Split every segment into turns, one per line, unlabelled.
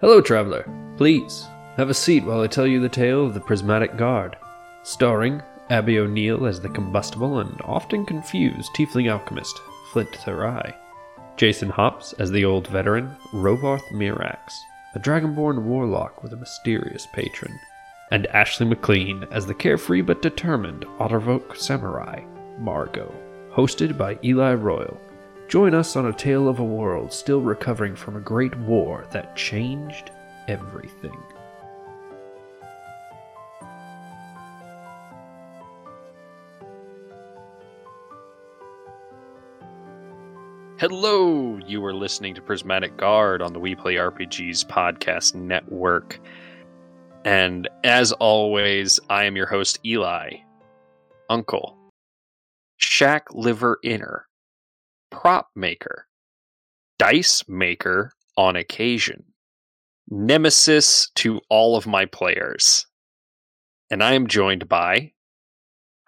Hello, traveler. Please, have a seat while I tell you the tale of the Prismatic Guard. Starring Abby O'Neill as the combustible and often confused tiefling alchemist, Flint Therai. Jason Hops as the old veteran, Rovarth Mirax, a dragonborn warlock with a mysterious patron. And Ashley McLean as the carefree but determined Ottervok samurai, Margot, hosted by Eli Royal. Join us on a tale of a world still recovering from a great war that changed everything. Hello, you are listening to Prismatic Guard on the We Play RPGs podcast network. And as always, I am your host, Eli, Uncle, Shack Liver Inner, Prop Maker, Dice Maker on occasion, Nemesis to all of my players. And I am joined by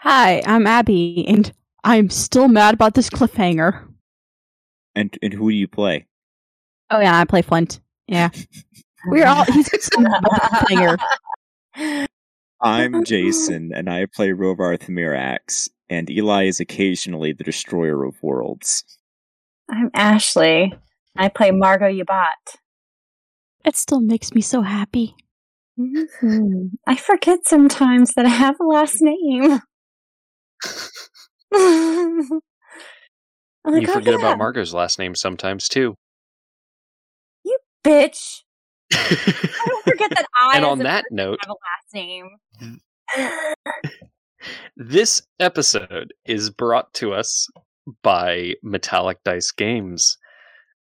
Hi, I'm Abby, and I'm still mad about this cliffhanger.
And and who do you play?
Oh yeah, I play Flint. Yeah, we're all he's still mad about the cliffhanger.
I'm Jason, and I play Rovarth Mirax, and Eli is occasionally the destroyer of worlds.
I'm Ashley. I play Margot Yabat.
It still makes me so happy.
I forget sometimes that I have a last name. I'm like,
you
"Oh,
forget
yeah,
about Margot's last name sometimes too.
bitch. I don't forget that I
and
as
on
a
that
person,
note,
have a last name.
This episode is brought to us by Metallic Dice Games.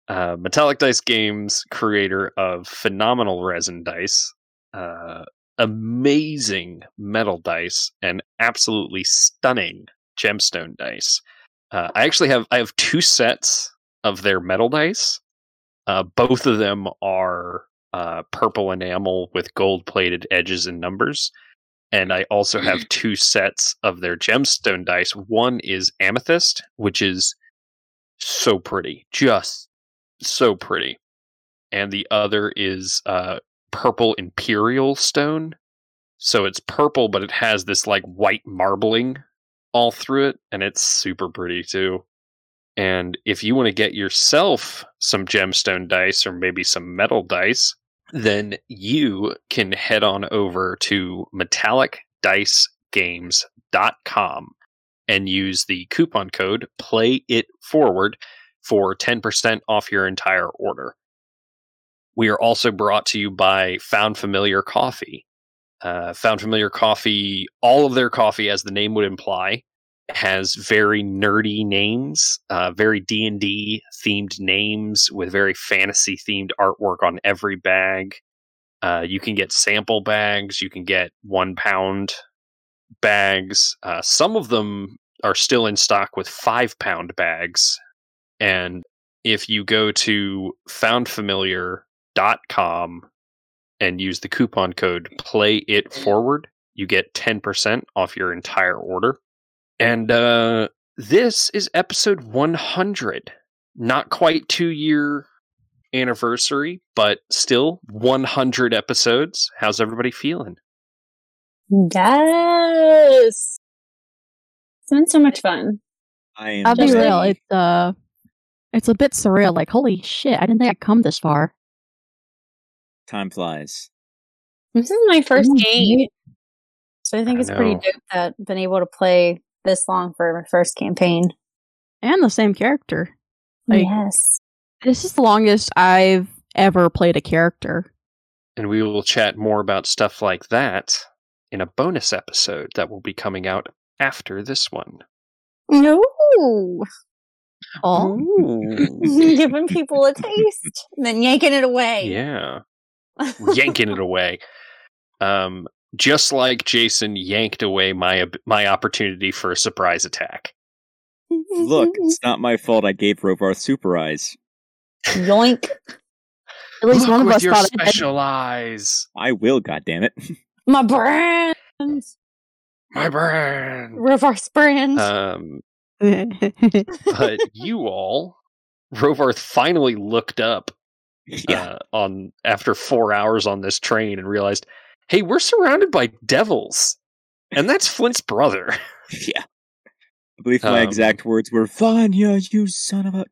Uh, Metallic Dice Games, creator of phenomenal resin dice, uh, amazing metal dice, and absolutely stunning gemstone dice. Uh, I actually have I have two sets of their metal dice. Uh, both of them are uh, purple enamel with gold plated edges and numbers and I also have two sets of their gemstone dice. One is amethyst, which is so pretty, just so pretty, and the other is uh, purple imperial stone. So it's purple, but it has this like white marbling all through it, and it's super pretty too. And if you want to get yourself some gemstone dice or maybe some metal dice, then you can head on over to metallicdicegames.com and use the coupon code play it forward for 10% off your entire order. We are also brought to you by Found Familiar Coffee. Uh, Found Familiar Coffee, all of their coffee, as the name would imply, has very nerdy names, uh, very D and D themed names with very fantasy themed artwork on every bag. Uh, you can get sample bags. You can get one pound bags. Uh, some of them are still in stock with five pound bags. And if you go to foundfamiliar.com and use the coupon code play it forward, you get 10% off your entire order. And uh, this is episode 100. Not quite two year anniversary, but still 100 episodes. How's everybody feeling?
Yes. It's been so much fun.
I am.
I'll be
Jason.
real. It's uh, it's a bit surreal. Like holy shit, I didn't think I'd come this far.
Time flies.
This is my 1st
Mhm.
game. So I think
I
it's pretty
know.
dope that I've been able to play this long for my first campaign.
And the same character. Like-
yes.
This is the longest I've ever played a character.
And we will chat more about stuff like that in a bonus episode that will be coming out after this one.
No.
Oh,
Giving people a taste and then yanking it away.
Yeah. yanking it away. Um, just like Jason yanked away my my opportunity for a surprise attack.
Look, it's not my fault. I gave Rovarth super eyes.
Yoink.
at least
Look
one of
with
us
your
thought it.
special eyes.
I will. goddammit.
My brand.
My brand.
Reverse brand.
Um,
had-
but you all, Rovarth finally looked up uh, on after four hours on this train and realized, hey, we're surrounded by devils, and that's Flint's brother.
yeah. I believe my
Um,
exact words were Vanya, you son of a.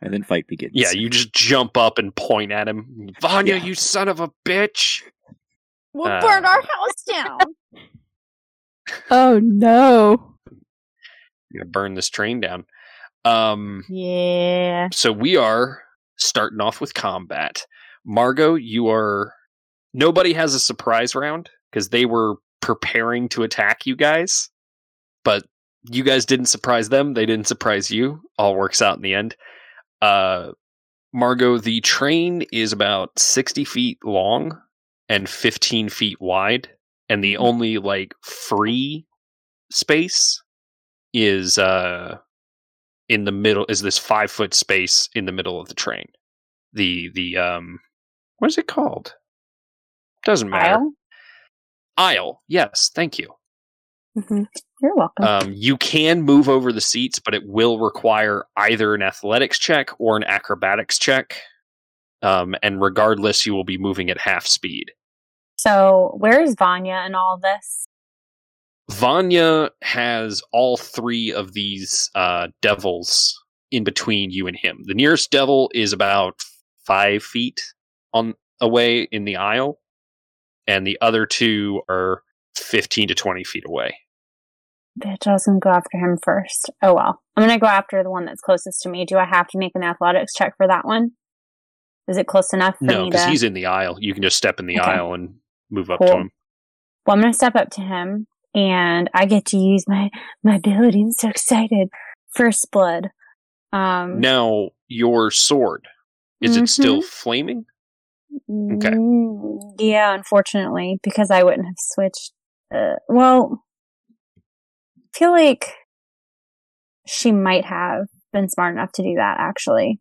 And then fight begins.
Yeah, you just jump up and point at him. Vanya,
Yeah.
you son of a bitch.
We'll
Uh,
burn our house down.
Oh no.
You're gonna burn this train down. Um
yeah.
so we are starting off with combat. Margot, you are nobody has a surprise round because they were preparing to attack you guys, but you guys didn't surprise them, they didn't surprise you. All works out in the end. Uh Margot, the train is about 60 feet long and 15 feet wide, and the only like free space is uh in the middle is this five foot space in the middle of the train. The the um what is it called? Doesn't matter.
Kyle?
Aisle. Yes, thank you.
Mhm. You're welcome.
Um you can move over the seats, but it will require either an athletics check or an acrobatics check. Um and regardless you will be moving at half speed.
so, where is Vanya in all this?
Vanya has all three of these uh, devils in between you and him. The nearest devil is about five feet on away in the aisle, and the other two are fifteen to twenty feet away.
Bitch, I was gonna go after him first. Oh well. I'm gonna go after the one that's closest to me. Do I have to make an athletics check for that one? Is it close enough for
No,
me
because
to?
he's in the aisle. You can just step in the
Okay.
aisle and move up to
Cool.
him.
Well, I'm gonna step up to him, and I get to use my my ability. I'm so excited. First blood. Um.
Now your sword is it still
Mm-hmm.
flaming? okay.
mm, Yeah, unfortunately, because I wouldn't have switched. Uh, well, I feel like she might have been smart enough to do that actually,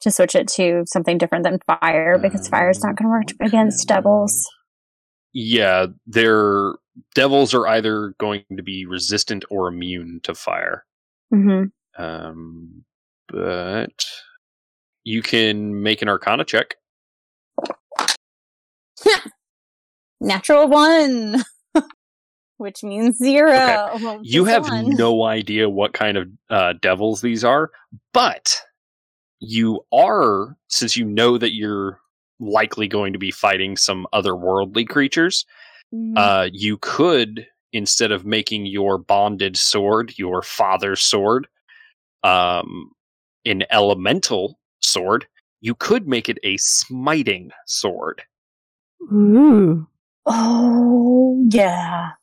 to switch it to something different than fire because fire is not going to
Mm,
work against devils.
Yeah, their devils are either going to be resistant or immune to fire.
hmm
Um, but you can make an Arcana check.
Natural one.
Which means zero.
Okay.
Well,
You
just
have
one.
no idea what kind of uh, devils these are, but you are since you know that you're likely going to be fighting some otherworldly creatures.
Mm-hmm.
Uh, you could instead of making your bonded sword your father's sword, um, an elemental sword, you could make it a smiting sword.
Ooh.
Oh yeah.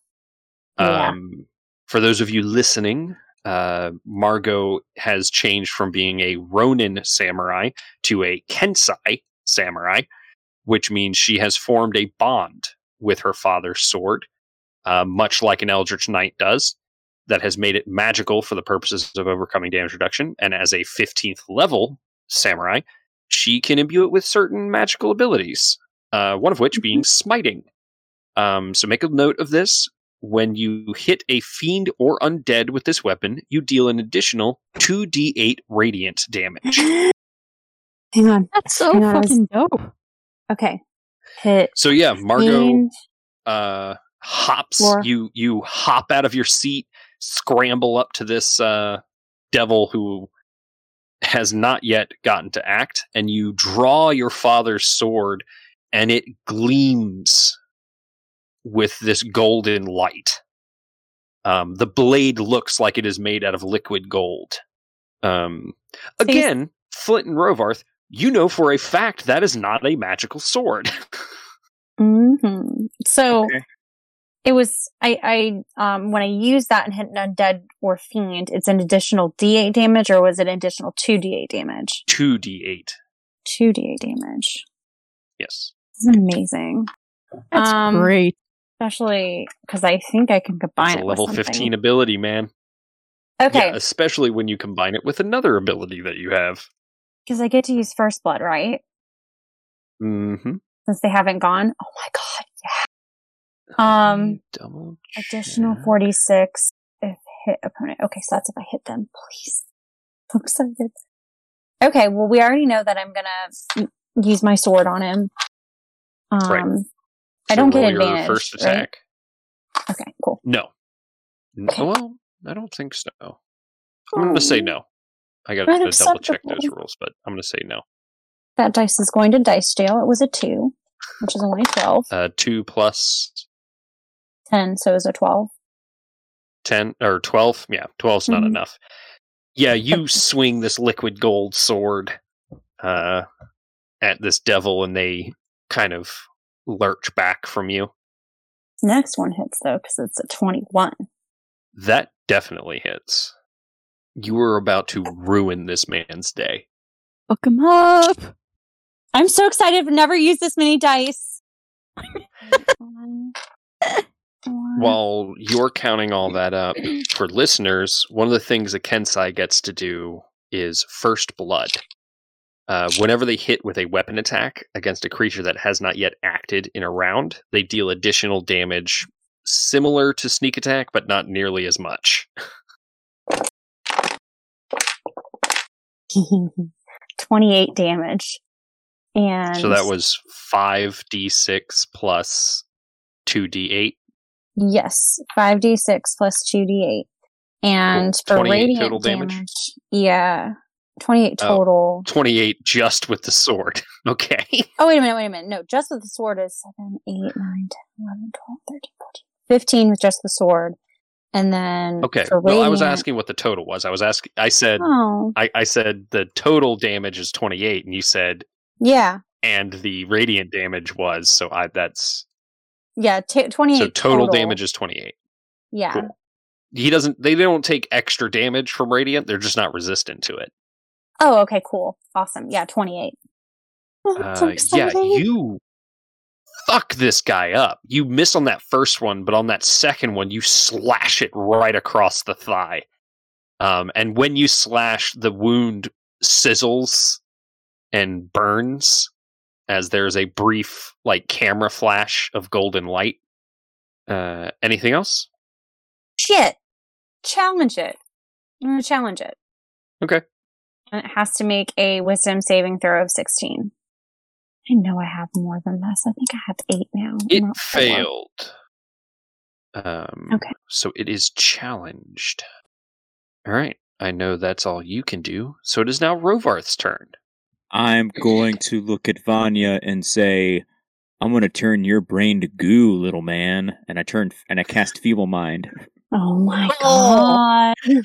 Yeah.
Um, for those of you listening, uh, Margot has changed from being a Ronin samurai to a Kensai samurai, which means she has formed a bond with her father's sword, uh, much like an Eldritch Knight does, that has made it magical for the purposes of overcoming damage reduction. And as a 15th level samurai, she can imbue it with certain magical abilities, uh, one of which being smiting. Um, so make a note of this when you hit a fiend or undead with this weapon, you deal an additional 2d8 radiant damage.
Hang on.
That's so
Hang on, I was-
fucking dope.
Okay. Hit.
So yeah, Margot
fiend.
uh, hops.
Floor.
You you hop out of your seat, scramble up to this uh, devil who has not yet gotten to act, and you draw your father's sword, and it gleams with this golden light. Um, the blade looks like it is made out of liquid gold. Um,
So you-
again, Flint and Rovarth, you know for a fact that is not a magical sword.
hmm So
Okay.
it was I I um when I use that and hit an undead or fiend, it's an additional D eight damage, or was it an additional two D eight damage?
2d8.
Two D eight damage.
Yes.
This is amazing,
That's
Um,
great.
especially because I think I can combine
It's a
it
level
with something.
15 ability, man.
Okay,
Yeah, especially when you combine it with another ability that you have.
because I get to use first blood, right?
Mm-hmm.
Since they haven't gone. Oh my god! Um,
double
Additional
check.
forty six if hit opponent. Okay, so that's if I hit them. Please, I'm so excited. Okay, well we already know that I'm gonna use my sword on him. Um,
Right.
I don't get
roll your
advantage,
First
right?
attack.
Okay, cool.
No. N-
Okay. Hmm.
Well, I don't think so. I'm going to say no. I got to double check those
Unacceptable.
rules, but I'm going to say no.
That dice is going to dice jail. It was a two, which is only a 12.
Uh, two plus
10, so it was a 12.
10 or 12. Yeah, 12's not
Mhm.
enough. Yeah, you swing this liquid gold sword uh, at this devil, and they kind of lurch back from you.
Next one hits, though, because it's a 21.
That definitely hits. You are about to ruin this man's day.
Hook him up.
I'm so excited. I've never used this many dice.
One, Uh-huh.
While you're counting all that up, for listeners, one of the things that Kensai gets to do is first blood. Uh, whenever they hit with a weapon attack against a creature that has not yet acted in a round, they deal additional damage similar to sneak attack, but not nearly as much.
28 damage. And
So that was 5d6 plus 2d8,
Yes, 5d6 plus 2d8. And for
28
radiant
total damage?
damage, Yeah. 28
Oh.
total.
28 just with the sword. Okay.
Oh, wait a minute, wait a minute. No, just with the sword is 7, 8, 9, 10, 11, 12, 13, 14, 15 with just the sword. And then
Okay.
for
Well, I was
radiant-
asking what the total was. I was asking, I said,
Oh,
I, I said the total damage is 28, and you said
yeah.
and the radiant damage was so i that's
Yeah, t- 28
so total, damage is 28
Yeah.
cool. he doesn't they don't take extra damage from radiant they're just not resistant to it
Oh, okay, cool. Awesome. Yeah, 28.
That's so
Uh, yeah
exciting.
you fuck this guy up you miss on that first one but on that second one you slash it right across the thigh um, and when you slash the wound sizzles and burns as there's a brief like camera flash of golden light uh, anything else
Shit. Challenge it. I'm going to challenge it.
Okay.
And it has to make a wisdom saving throw of 16. I know I have more than this. I think I have eight now.
It
Not sure.
failed. Um,
Okay.
So it is challenged. All right. I know that's all you can do. So it is now Rovarth's turn.
I'm going to look at Vanya and say, "I'm going to turn your brain to goo, little man." And I turn and I cast Feeble Mind.
Oh my
Oh.
god.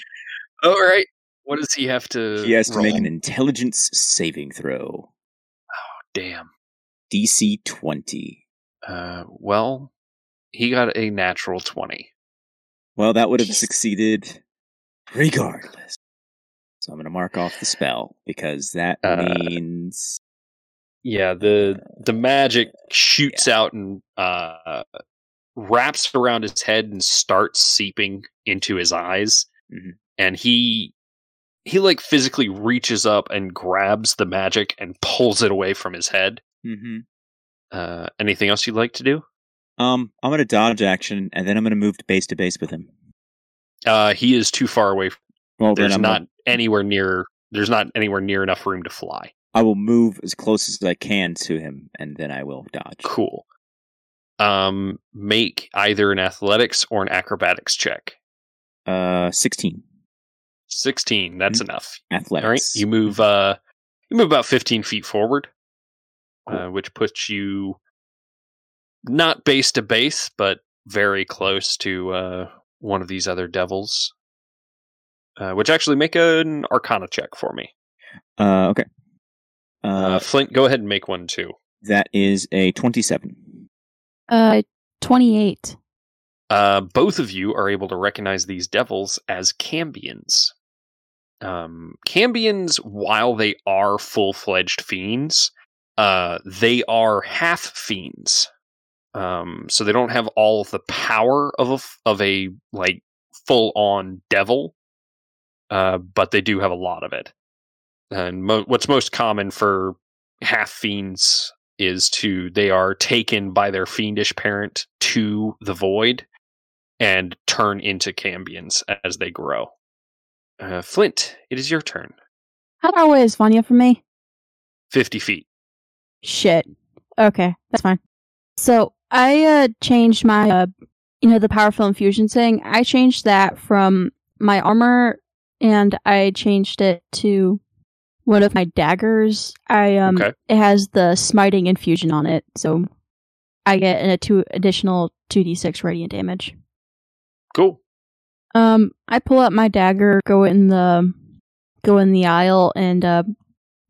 All right. What does he have to?
He has to
roll?
make an intelligence saving throw,
Damn.
DC 20.
Uh, well, he got a natural twenty.
Well, that would have
Jeez.
succeeded regardless. So I'm going to mark off the spell because that
Uh,
means
Yeah. The the magic shoots out and uh, wraps around his head and starts seeping into his eyes
Mhm.
and he he like physically reaches up and grabs the magic and pulls it away from his head
hmm
uh, anything else you'd like to do
um I'm going to dodge action and then I'm going to move to base to base with him.
uh, he is too far away
Well, then
there's
I'm
not
gonna-
anywhere near there's not anywhere near enough room to fly
I will move as close as I can to him and then I will dodge.
cool um make either an athletics or an acrobatics check
Uh 16
16 that's enough
athletics.
All right, you move. Uh, you move about fifteen feet forward, uh,
Cool.
which puts you not base to base, but very close to uh, one of these other devils. Uh, which actually make an Arcana check for me.
Uh okay. Uh,
Uh, Flint, go ahead and make one too.
that is a 27.
Uh, 28.
Uh, both of you are able to recognize these devils as Cambians. Um, Cambians, while they are full fledged fiends, uh, they are half fiends. Um, so they don't have all of the power of a, f- of a like full on devil, uh, but they do have a lot of it. And mo- what's most common for half fiends is to they are taken by their fiendish parent to the void and turn into cambions as they grow. Uh, Flint, it is your turn.
How far away is Vanya from me?
50 feet.
Shit. Okay, that's fine. So I uh, changed my, uh, you know, the powerful infusion thing. I changed that from my armor, and I changed it to one of my daggers. I um,
Okay.
it has the smiting infusion on it, so I get a two additional two d six radiant damage.
Cool.
Um, I pull out my dagger, go in the go in the aisle, and uh,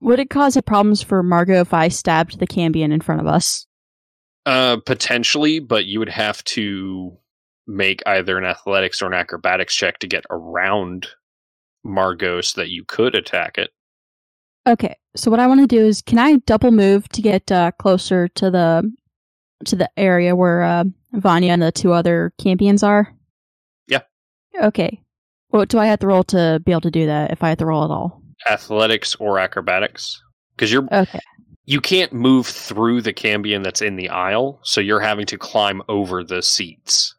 would it cause problems for Margot if I stabbed the Cambion in front of us?
Uh, potentially, but you would have to make either an athletics or an acrobatics check to get around Margot so that you could attack it.
Okay, so what I want to do is, can I double move to get uh, closer to the to the area where uh, Vanya and the two other Cambions are?
Yeah.
Okay. What do I have to roll to be able to do that? If I have to roll at all?
Athletics or acrobatics, because you're
Okay.
you can't move through the cambion that's in the aisle, so you're having to climb over the seats.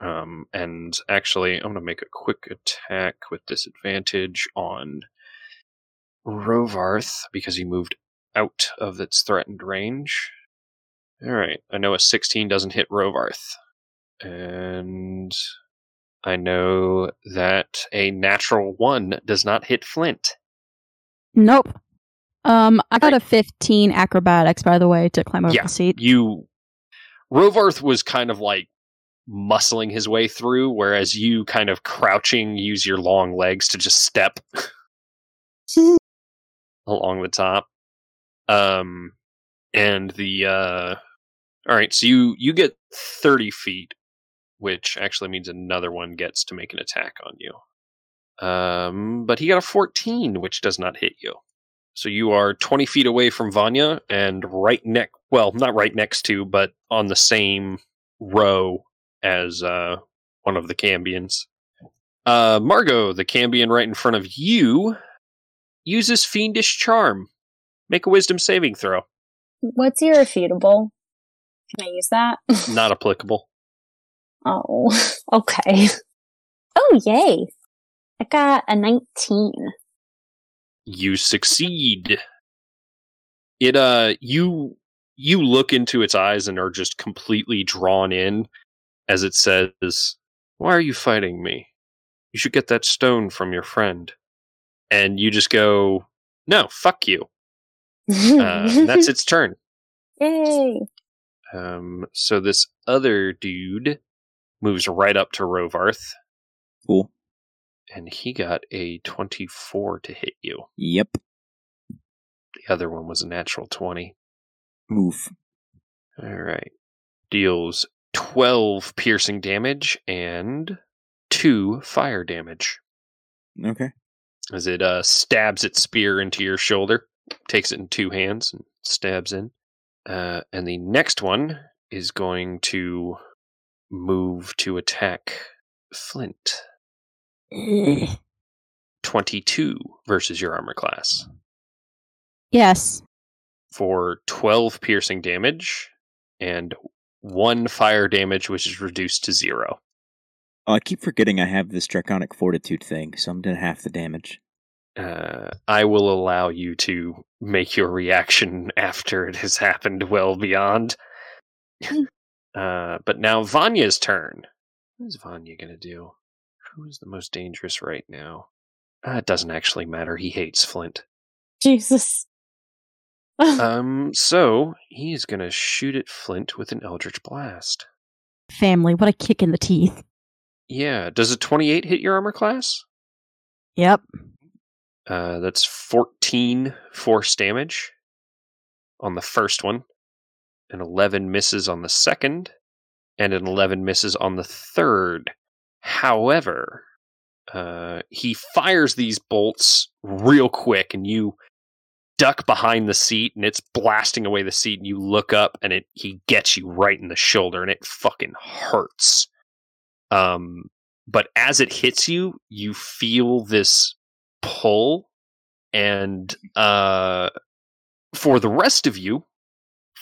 Um, and actually, I'm going to make a quick attack with disadvantage on Rovarth because he moved out of its threatened range. All right, I know a 16 doesn't hit Rovarth, and I know that a natural one does not hit Flint.
Nope. Um, I got a fifteen acrobatics, by the way, to climb over
Yeah.
the seat.
you Rovarth was kind of like muscling his way through, whereas you kind of crouching use your long legs to just step along the top. Um and the uh Alright, so you you get thirty feet, which actually means another one gets to make an attack on you. Um but he got a fourteen, which does not hit you. So you are 20 feet away from Vanya and right neck, well, not right next to, but on the same row as uh, one of the Cambians. Uh, Margot, the Cambion right in front of you, uses Fiendish Charm. Make a wisdom saving throw.
What's irrefutable? Can I use that?
Not applicable.
Oh, okay. Oh, yay. I got a 19.
you succeed it uh you you look into its eyes and are just completely drawn in as it says why are you fighting me you should get that stone from your friend and you just go no fuck you uh, and that's its turn
Yay.
um so this other dude moves right up to rovarth
Cool.
and he got a 24 to hit you
Yep.
the other one was a natural 20
Move.
All right. Deals 12 piercing damage and 2 fire damage
Okay.
as it uh, stabs its spear into your shoulder, takes it in two hands, and stabs in. Uh, and the next one is going to move to attack Flint.
Ugh.
22 versus your armor class
Yes.
for 12 piercing damage and 1 fire damage, which is reduced to 0.
Oh, I keep forgetting I have this draconic fortitude thing, so I'm doing half the damage.
uh, I will allow you to make your reaction after it has happened well beyond. uh, but now Vanya's turn. What is Vanya going to do? Who is the most dangerous right now? Uh, it doesn't actually matter. He hates Flint.
Jesus.
Um, so he is going to shoot at Flint with an Eldritch Blast.
Family, what a kick in the teeth.
Yeah, does a 28 hit your armor class?
Yep.
Uh, that's 14 force damage on the first one, an 11 misses on the second, and an 11 misses on the third. However, uh, he fires these bolts real quick, and you duck behind the seat, and it's blasting away the seat, and you look up, and it he gets you right in the shoulder, and it fucking hurts. Um, but as it hits you, you feel this pull and uh for the rest of you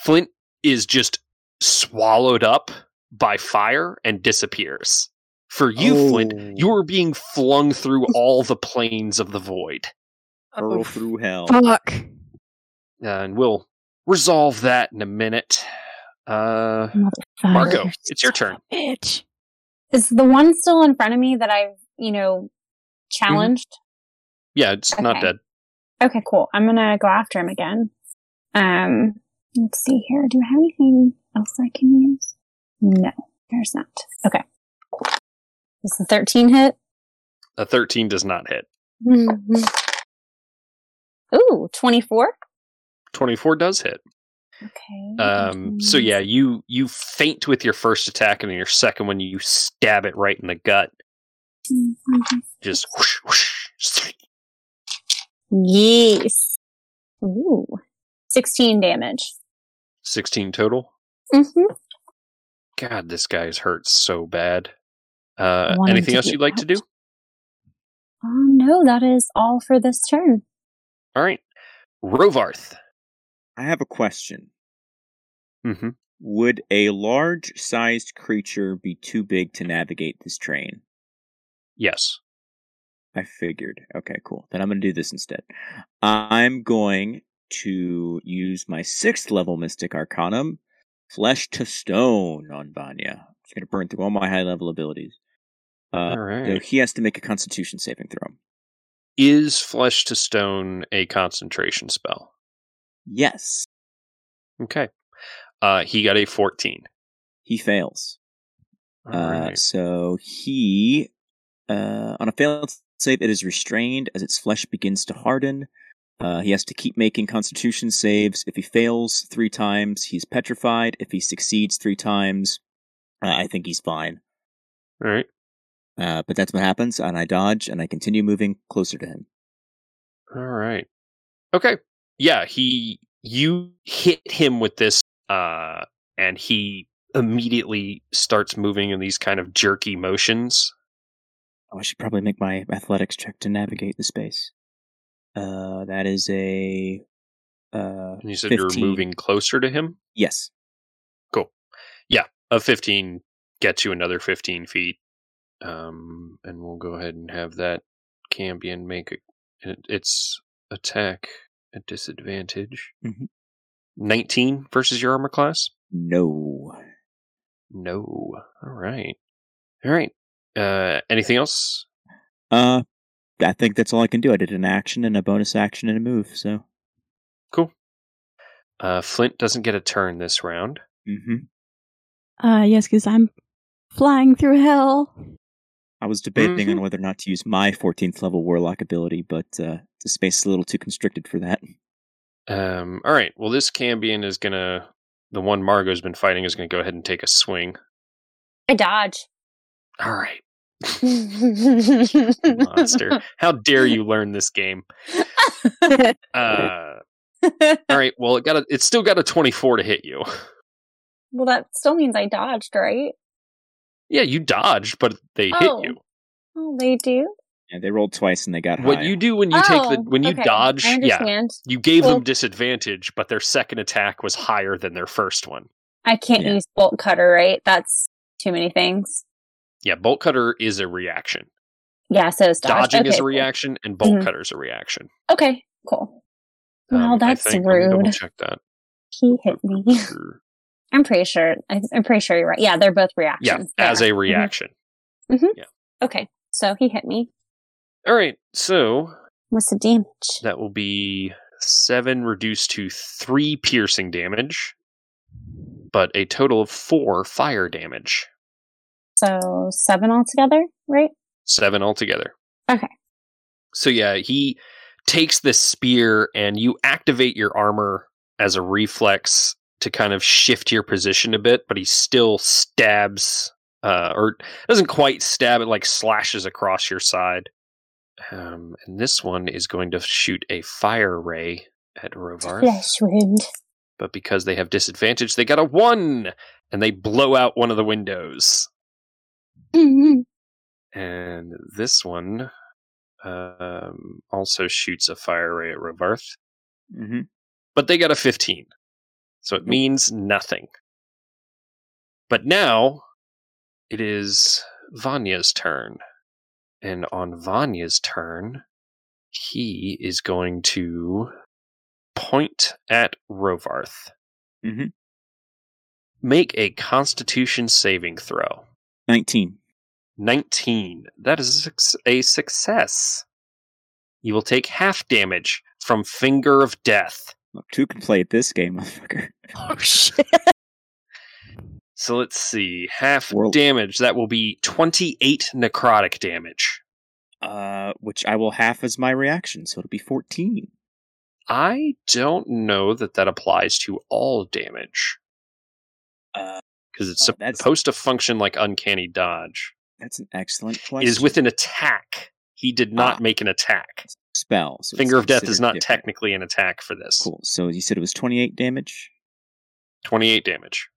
flint is just swallowed up by fire and disappears for you flint you are being flung through all the planes of the void
Oh.
hurl through hell.
Fuck.
uh, and we'll resolve that in a minute. Uh, Marco, it's your turn.
Bitch.
Is the one still in front of me that I've, you know, challenged?
Yeah, it's not
Okay.
dead.
Okay, cool. I'm gonna go after him again. Um, let's see here. Do I have anything else I can use? No, there's not. Okay. Is the 13 hit?
A 13 does not hit.
Mm-hmm. Ooh, 24.
24 does hit.
Okay.
Um, so yeah, you you faint with your first attack, and then your second one you stab it right in the gut. Just whoosh, whoosh.
Yes. Ooh. 16 damage.
16 total.
Mm-hmm.
God, this guy's hurt so bad. Uh,
Want him
anything
to
else
get
you'd like to do?
out? Um, no, that is all for this turn.
All right, Rovarth.
I have a question.
Mm-hmm.
Would a large sized creature be too big to navigate this train?
Yes.
I figured. Okay, cool. Then I'm going to do this instead. I'm going to use my sixth level Mystic Arcanum, Flesh to Stone on Vanya. I'm just going to burn through all my high level abilities. Uh,
All
so
right.
he has to make a Constitution saving throw.
Is flesh to stone a concentration spell?
Yes,
Okay. Uh, he got a 14.
he fails.
All
Uh,
right.
so he, uh, on a failed save, it is restrained as its flesh begins to harden. Uh, he has to keep making Constitution saves. If he fails three times, he's petrified. If he succeeds three times, uh, I think he's fine.
All right.
Uh, but that's what happens, and I dodge, and I continue moving closer to him.
All right. Okay. Yeah, he you hit him with this uh and he immediately starts moving in these kind of jerky motions.
Oh, I should probably make my athletics check to navigate the space. Uh, that is a, uh,
And you said you
15.
were moving closer to him.
yes,
A 15 gets you another 15 feet. Um and we'll go ahead and have that Cambion make a, it, its attack a disadvantage.
Mhm.
19 versus your armor class?
no.
No. All right. All right. Uh anything else?
Uh, I think that's all I can do. I did an action and a bonus action and a move. So,
Uh, Flint doesn't get a turn this round.
mm-hmm.
Uh, yes, because I'm flying through hell.
I was debating
Mhm.
on whether or not to use my 14th level warlock ability, but uh, the space is a little too constricted for that.
Um, all right. Well, this Cambion is gonna. The one Margot's been fighting is gonna go ahead and take a swing.
I dodge.
All right, monster.
Monster.
How dare you learn this game? Uh, all right. Well, it got a, It's still got a twenty-four to hit you.
Well, that still means I dodged, right?
Yeah, you dodged, but they
Oh,
hit you.
Oh, they do.
Yeah, they rolled twice and they got
What
high.
you do when you
Oh,
take the when you
okay.
dodge?
I
Yeah,
understand.
you gave
Well-
them disadvantage, but their second attack was higher than their first one.
I can't
Yeah.
use bolt cutter, right? That's too many things.
Yeah, bolt cutter is a reaction.
Yeah, so it's dodge.
Dodging is
Okay,
a
cool.
reaction, and bolt
Mhm.
cutter's a reaction. Um,
Okay, cool. Well,
I
that's
think. Let me double
rude.
check that.
He hit me.
Sure.
I'm pretty sure. I, I'm pretty sure you're right. Yeah, they're both
Yeah,
reactions. They
as
are.
a reaction.
Okay, so he hit me.
All right, so
What's the damage?
that will be seven reduced to three piercing damage, but a total of four fire damage.
So seven altogether, right?
Seven altogether.
Okay.
So yeah, he takes this spear and you activate your armor as a reflex to kind of shift your position a bit, but he still stabs uh or doesn't quite stab it like slashes across your side. Um and this one is going to shoot a fire ray at Rovarth.
Flesh wound.
But because they have disadvantage, they got a one and they blow out one of the windows Mm-hmm. and this one um, also shoots a fire ray at Rovarth,
hmm
but they got a 15. So it means nothing. But now it is Vanya's turn. And on Vanya's turn, he is going to point at Rovarth.
Mhm.
Make a Constitution saving throw.
19.
19. That is a suc- a success. You will take half damage from Finger of Death.
Look, two can play at this game, motherfucker.
Oh shit!
So let's see. Half
World-
damage. That will be 28 necrotic damage.
Uh, which I will half as my reaction, so it'll be 14.
I don't know that that applies to all damage
Uh,
because it's
Oh, that's-
supposed to function like uncanny dodge.
that's an excellent
It
question.
is with an attack. He did not
Ah.
make an attack.
spell. so it's
Finger of Death is
considered
not
different.
technically an attack for this.
Cool. So you said it was 28 damage.
28 damage,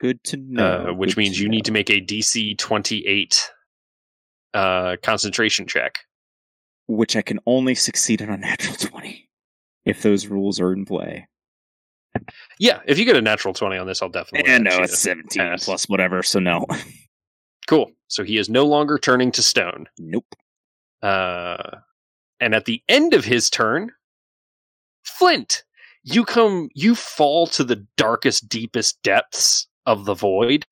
Good to know.
uh, which
good
means you need to
know.
make a DC 28 uh, concentration check.
Which I can only succeed on a natural 20 if those rules are in play.
Yeah, if you get a natural 20 on this, I'll definitely.
And no,
let you.
it's 17
pass.
plus whatever, so no.
Cool. So he is no longer turning to stone.
nope.
Uh, and at the end of his turn, Flint, you come, you fall to the darkest, deepest depths of the void,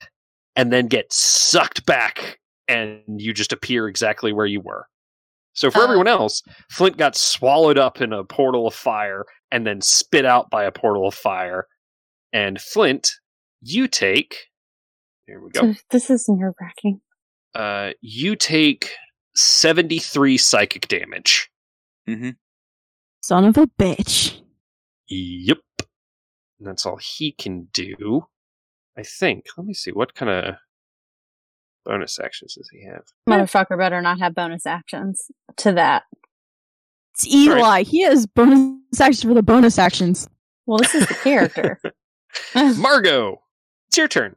and then get sucked back, and you just appear exactly where you were. So for
Uh.
everyone else, Flint got swallowed up in a portal of fire, and then spit out by a portal of fire. And Flint, you take. Here we go.
This is nerve wracking.
Uh, you take 73 psychic damage.
Mm-hmm.
Son of a bitch.
Yep. And that's all he can do. I think. Let me see. What kind of bonus actions does he have?
Motherfucker better not have bonus actions to that.
It's Eli. He has bonus actions for the bonus actions.
Well, this is the character.
Margot! It's your turn.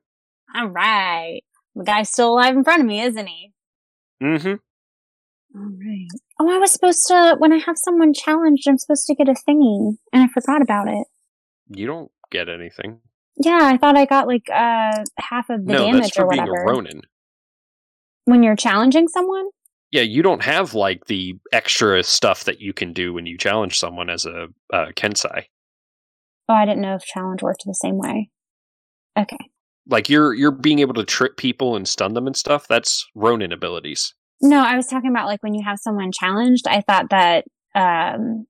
All right. The guy's still alive in front of me, isn't he?
Mm-hmm.
All right. Oh, I was supposed to, when I have someone challenged, I'm supposed to get a thingy, and I forgot about it.
You don't get anything.
Yeah, I thought I got like uh half of the
no,
damage
that's for
or
being a
whatever.
Ronin.
when you're challenging someone?
Yeah, you don't have like the extra stuff that you can do when you challenge someone as a uh, Kensai.
Oh, I didn't know if challenge worked the same way. Okay.
Like you're you're being able to trip people and stun them and stuff. That's Ronin abilities.
No, I was talking about like when you have someone challenged, I thought that um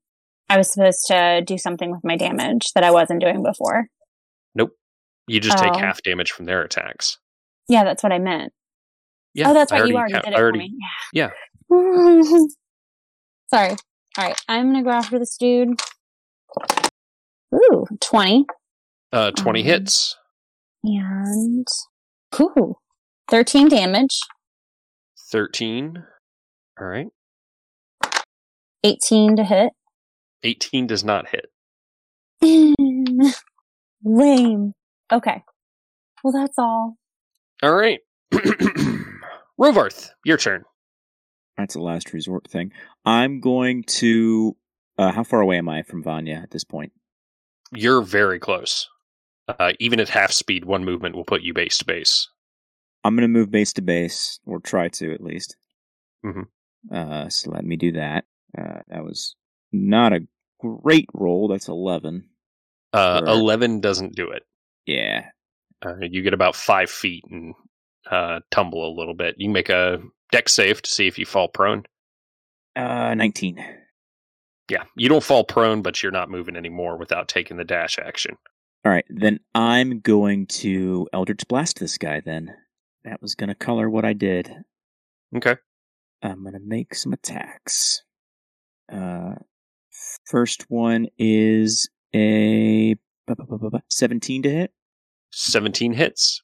I was supposed to do something with my damage that I wasn't doing before.
You just take
Oh.
half damage from their attacks.
Yeah, that's what I meant.
Yeah,
oh, that's
I
right. You
already
already
ca-
did
I
it
already-
for me.
yeah.
Yeah. Sorry. All right. I'm going to go after this dude. Ooh, 20.
Uh, 20
Um,
hits.
And. Ooh, 13 damage,
13. All right.
18 to hit.
18 does not hit.
Lame. Okay. Well, that's all.
All right. Rovarth, your turn.
That's a last resort thing. I'm going to. Uh, how far away am I from Vanya at this point?
You're very close. Uh, even at half speed, one movement will put you base to base.
I'm going to move base to base, or try to at least.
Mhm.
Uh, so let me do that. Uh, that was not a great roll. That's 11.
Uh,
Sure.
11 doesn't do it.
Yeah.
Uh, you get about five feet and uh, tumble a little bit. You make a deck save to see if you fall prone.
Uh, 19.
Yeah, you don't fall prone, but you're not moving anymore without taking the dash action.
All right. Then I'm going to Eldritch Blast this guy then. That was going to color what I did.
Okay.
I'm going to make some attacks. Uh, first one is a 17 to hit.
17 hits.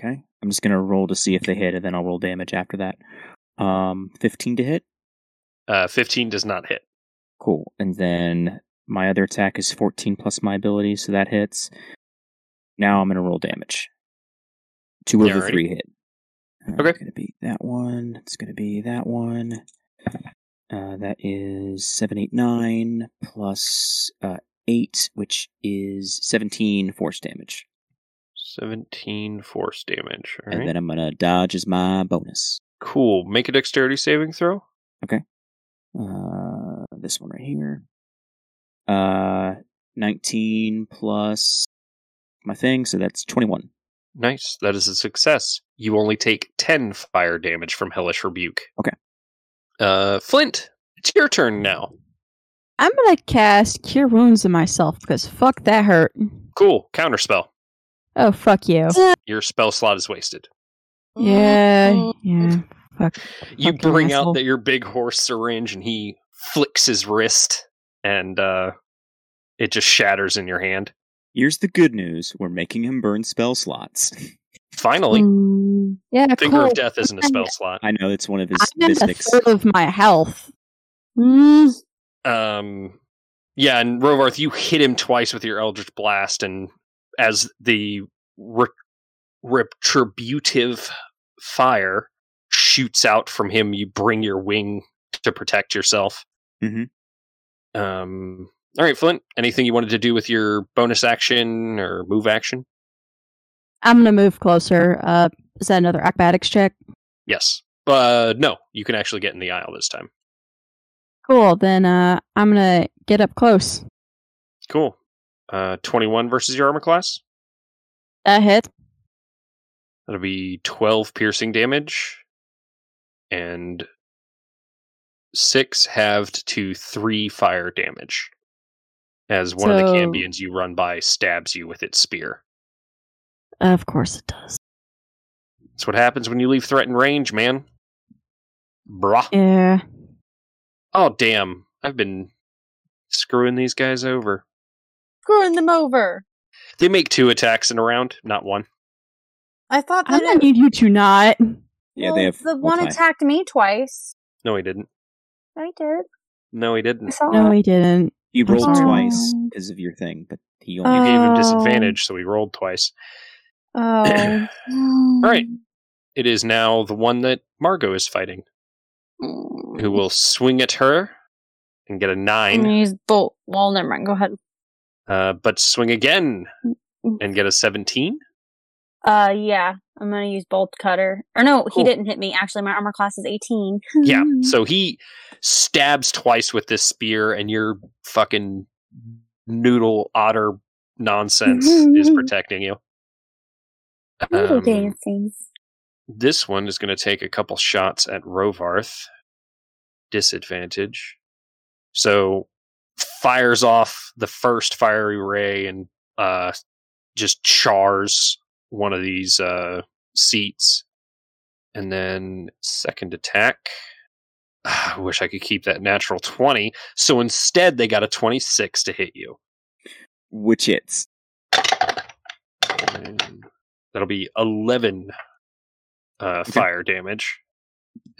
Okay. I'm just going to roll to see if they hit, and then I'll roll damage after that. Um, 15 to hit.
Uh, 15 does not hit.
Cool. And then my other attack is 14 plus my ability, so that hits. Now I'm going to roll damage. Two over
Alrighty.
three hit. Uh,
Okay.
It's going to be that one. It's going to be that one. Uh, that is 7, 8, 9 plus uh, 8, which is 17 force damage.
17 force damage. All right.
And then I'm going to dodge as my bonus.
Cool. Make a dexterity saving throw.
Uh, this one right here. Uh, 19 plus my thing, so that's 21.
Nice. That is a success. You only take 10 fire damage from Hellish Rebuke.
Okay.
Uh, Flint, it's your turn now.
I'm gonna cast Cure Wounds on myself because fuck that hurt.
Cool. Counterspell.
Oh fuck you.
Your spell slot is wasted.
Yeah, yeah. Fuck.
You
Fucking
bring
asshole.
out that your big horse syringe and he flicks his wrist and uh, it just shatters in your hand.
Here's the good news we're making him burn spell slots.
Finally,
Yeah,
Finger
cool.
of Death isn't a spell slot.
I know it's one of his
I'm at a
mystics.
third of my health.
Mm-hmm.
Mm.
um yeah and rovarth you hit him twice with your eldritch blast and as the re- retributive fire shoots out from him you bring your wing to protect yourself
Mhm.
um all right flint anything you wanted to do with your bonus action or move action
I'm gonna move closer. Uh, is that another acrobatics check?
yes uh no you can actually get in the aisle this time
Cool. Then uh, I'm gonna get up close.
cool uh 21 versus your armor class
That hit.
That'll be 12 piercing damage and 6 halved to 3 fire damage. As one of the
So-
Cambians you run by stabs you with its spear.
Of course it does.
That's what happens when you leave threatened range, man. Brah.
Yeah.
Oh, damn. I've been screwing these guys over.
Screwing them over.
They make two attacks in a round, not one.
I thought
I'm
that
gonna
it,
need you to not.
Yeah, they
Well,
have
the one
multi.
attacked me twice.
No, he didn't.
I did.
No, he
I
didn't.
saw
No,
it.
he didn't.
You
I'm
rolled
sorry.
twice
Um,
because of your thing, but he
You
only.
gave him
Oh.
disadvantage, so he rolled twice.
Oh.
All right. It is now the one that Margot is fighting. who will swing at her and get a
hmm. I'm gonna
nine,
use bolt. Well, never mind. Go ahead.
uh, but swing again and get a 17.
Uh, yeah. I'm gonna use bolt cutter. Or no,
Cool.
he didn't hit me. Actually, my armor class is 18.
Yeah,
Mm-hmm.
so he stabs twice with this spear, and your fucking noodle otter nonsense is protecting you.
Noodle
Um,
dancing.
this one is going to take a couple shots at Rovarth. Disadvantage. So fires off the first fiery ray and uh, just chars one of these uh, seats. And then second attack. Ah, I wish I could keep that natural 20. So instead, they got a 26 to hit you.
Which it's.
And that'll be 11 uh, fire damage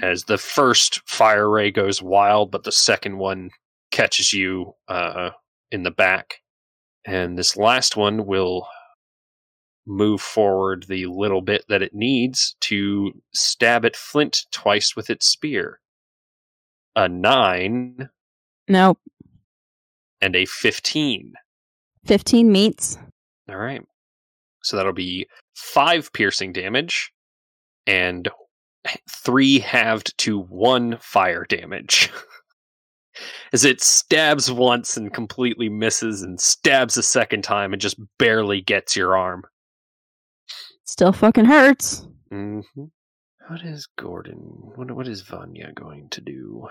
as the first fire ray goes wild but the second one catches you uh, in the back and this last one will move forward the little bit that it needs to stab at flint twice with its spear a 9
Nope.
and a 15
Fifteen meets.
All right. So that'll be five piercing damage and three halved to one fire damage. As it stabs once and completely misses, and stabs a second time and just barely gets your arm.
Still fucking hurts.
hmm What is Gordon? What, what is Vanya going to do?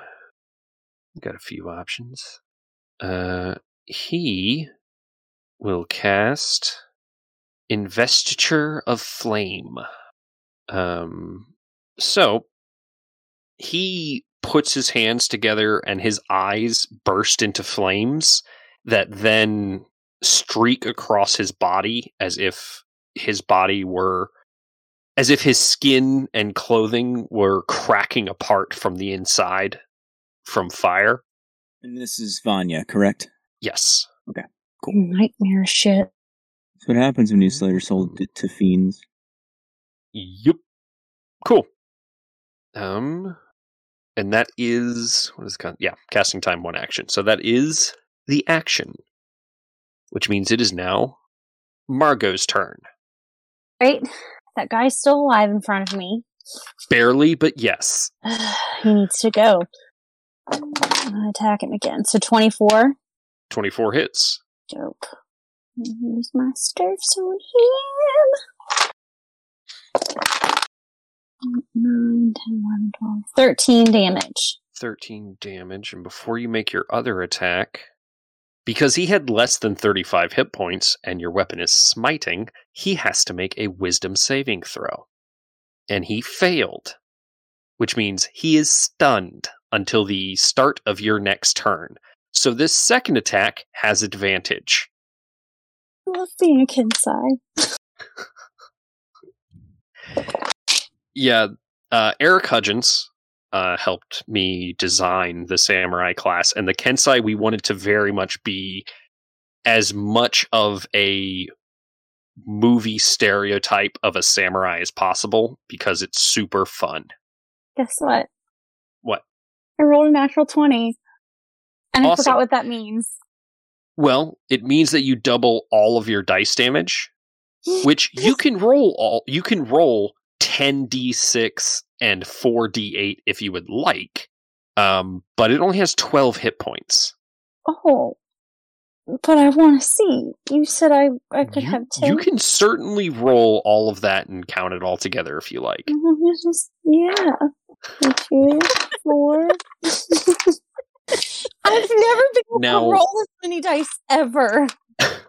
We've Got a few options. Uh, he will cast Investiture of Flame. Um, so he puts his hands together and his eyes burst into flames that then streak across his body as if his body were as if his skin and clothing were cracking apart from the inside from fire.
And this is Vanya, correct?
Yes.
Nightmare shit.
That's what happens when you sell your soul to, to fiends.
Yep. Cool. Um and that is what is con- yeah, casting time one action. So that is the action. Which means it is now Margot's turn.
Right? That guy's still alive in front of me.
Barely, but yes.
he needs to go. I'm gonna attack him again. So 24.
24 hits.
Dope. Use my stuffs on him. 9, 10, 11, 12, 13 damage.
13 damage. And before you make your other attack, because he had less than 35 hit points and your weapon is smiting, he has to make a wisdom saving throw. And he failed, which means he is stunned until the start of your next turn. So this second attack has advantage.
Love being a Kinsai.
yeah, uh, Eric Hudgens uh, helped me design the samurai class, and the kensai we wanted to very much be as much of a movie stereotype of a samurai as possible because it's super fun.
Guess what?
What?
I rolled a natural 20.
And I
Awesome.
forgot what that means.
Well, it means that you double all of your dice damage, which you can roll all you can roll 10d6 and 4d8 if you would like. Um, but it only has 12 hit points.
Oh. But I want to see. You said I, I could
you,
have 10.
you can certainly roll all of that and count it all together if you like.
No, it's just- yeah. Two, four.
I've never been able
Now-
to roll this many dice ever.
It's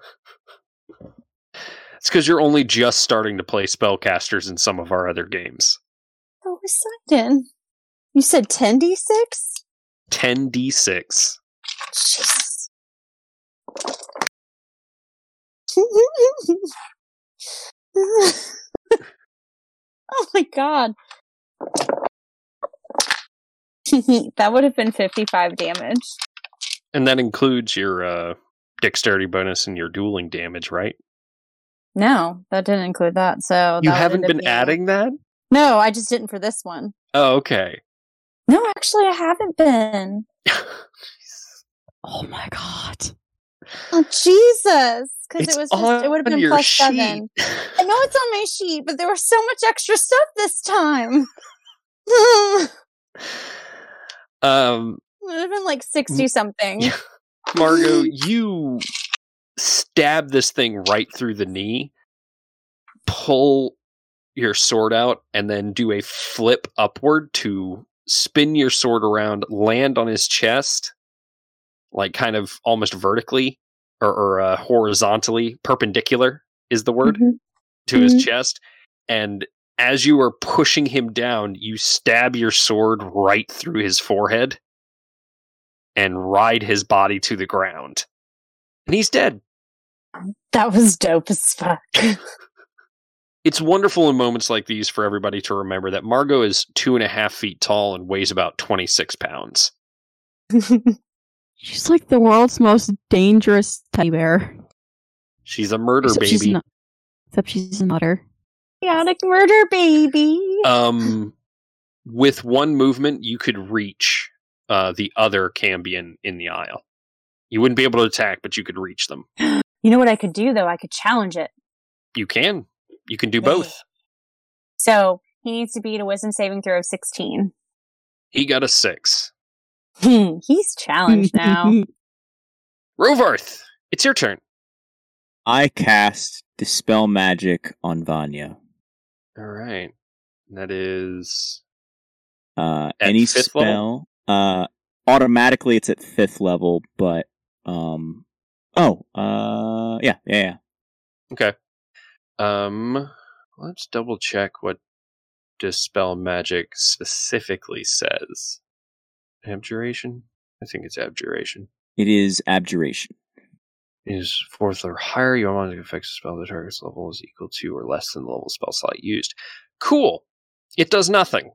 because you're only just starting to play spellcasters in some of our other games.
So excited. You said 10d6?
10d6.
Jesus. oh my god.
that would have been 55 damage.
And that includes your uh, dexterity bonus and your dueling damage, right?
No.
That didn't include that,
Oh,
so.
you
that would
haven't
end up
been
being-
adding that?
No, I just didn't for this one.
Oh, okay.
No, actually, I haven't been.
Oh my god.
Oh Jesus. Because
It's
it was
on
just it would have been
your
plus
sheet.
seven. I know it's on my sheet, but there was so much extra stuff this time. it
um,
would have been like 60 something.
Yeah. Margot, you stab this thing right through the knee, pull your sword out, and then do a flip upward to spin your sword around, land on his chest, like kind of almost vertically or, or uh, horizontally, perpendicular is the word
Mhm.
to
Mm-hmm.
his chest. And as you are pushing him down, you stab your sword right through his forehead and ride his body to the ground. And he's dead.
That was dope as fuck.
It's wonderful in moments like these for everybody to remember that Margot is two and a half feet tall and weighs about 26 pounds.
She's like the world's most dangerous teddy bear.
She's a murder
Except she's
baby.
not- except she's a nutter.
Chaotic murder baby.
um, with one movement, you could reach uh, the other Cambion in the aisle. You wouldn't be able to attack, but you could reach them.
You know what I could do, though? I could challenge it.
You can. You can do both.
So he needs to beat a wisdom saving throw of 16.
He got a six.
Hmm, He's challenged now.
Rovarth, it's your turn.
I cast Dispel Magic on Vanya.
All right. That is.
Uh,
At
any
fifth
spell. Uh, automatically it's at fifth level, but um, oh, uh, yeah, yeah, yeah.
Um, let's double check what dispel magic specifically says. Abjuration. I think it's abjuration.
It is abjuration.
Is fourth or higher. Your magic affects the spell. The target's level is equal to or less than the level spell slot used. Cool. It does nothing.